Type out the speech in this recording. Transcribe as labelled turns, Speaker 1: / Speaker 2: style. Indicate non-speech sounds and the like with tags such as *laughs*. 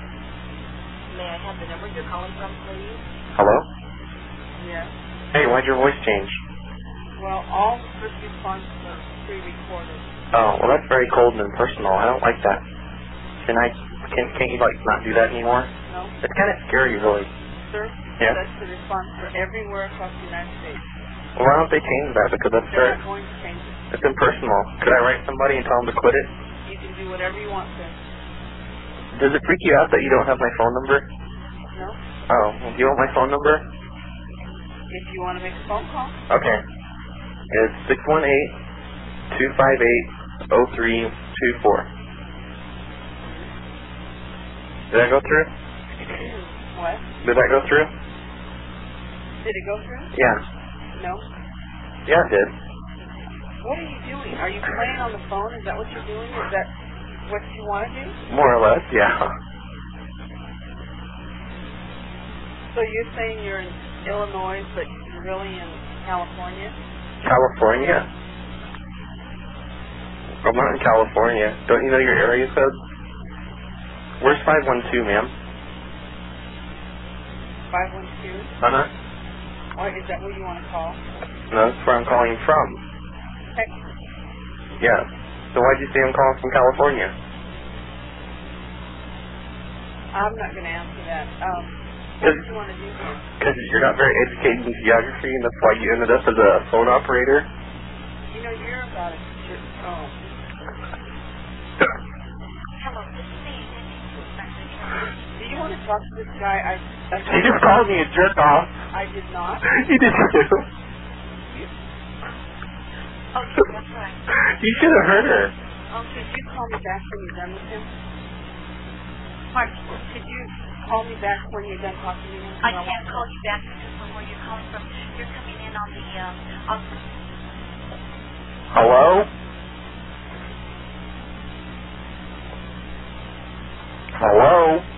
Speaker 1: May I have the number you're calling from, please?
Speaker 2: Hello?
Speaker 3: Yes.
Speaker 2: Hey, why'd your voice change?
Speaker 3: Well, all the script responses are pre-recorded.
Speaker 2: Oh, well, that's very cold and impersonal. I don't like that. Can I, can, can't you, like, not do that anymore?
Speaker 3: No,
Speaker 2: It's kind of scary, really.
Speaker 3: sir.
Speaker 2: Yeah.
Speaker 3: That's the response for everywhere across the United States.
Speaker 2: Well, why don't they change that? Because that's
Speaker 3: They're
Speaker 2: very,
Speaker 3: not going to change it.
Speaker 2: it's impersonal. Could I write somebody and tell them to quit it?
Speaker 3: You can do whatever you want, sir.
Speaker 2: Does it freak you out that you don't have my phone number?
Speaker 3: No.
Speaker 2: Oh, well, do you want my phone number?
Speaker 3: If you want to make a phone call, *clears throat*
Speaker 2: Okay. It's six one eight two five eight oh three two four. Did that go through?
Speaker 3: what?
Speaker 2: Did that go through?
Speaker 3: Did it go through?
Speaker 2: Yeah.
Speaker 3: No.
Speaker 2: Yeah, it did.
Speaker 3: What are you doing? Are you playing on the phone? Is that what you're doing? Is that what you want to do?
Speaker 2: More or less, yeah.
Speaker 3: So you're saying you're in Illinois, but you're really in California?
Speaker 2: California? I'm not in California. Don't you know your area code? Where's 512, ma'am?
Speaker 3: 512?
Speaker 2: Uh-huh.
Speaker 3: Or is that what you want to call?
Speaker 2: No, that's where I'm calling from.
Speaker 3: Texas.
Speaker 2: Yeah. So why'd you say I'm calling from California?
Speaker 3: I'm not going to answer that. Um, what
Speaker 2: Does-
Speaker 3: do you want to do here?
Speaker 2: Because you're not very educated in geography, and that's why you ended up as a phone operator.
Speaker 3: You know, you're about a teacher. Oh.
Speaker 1: Hello, this is the agency who's actually
Speaker 3: Do you want to talk to this guy? I, I,
Speaker 2: *coughs* You just called me a jerk off.
Speaker 3: I did not.
Speaker 2: *laughs* You did too.
Speaker 1: Okay, that's right.
Speaker 2: You should have heard her.
Speaker 3: Um, could you call me back when you're done with him? Mike, could you call me back when you're done talking to him?
Speaker 1: I can't call you back because from where you're calling from, you're coming in on the, uh, on
Speaker 2: Hello? Hello?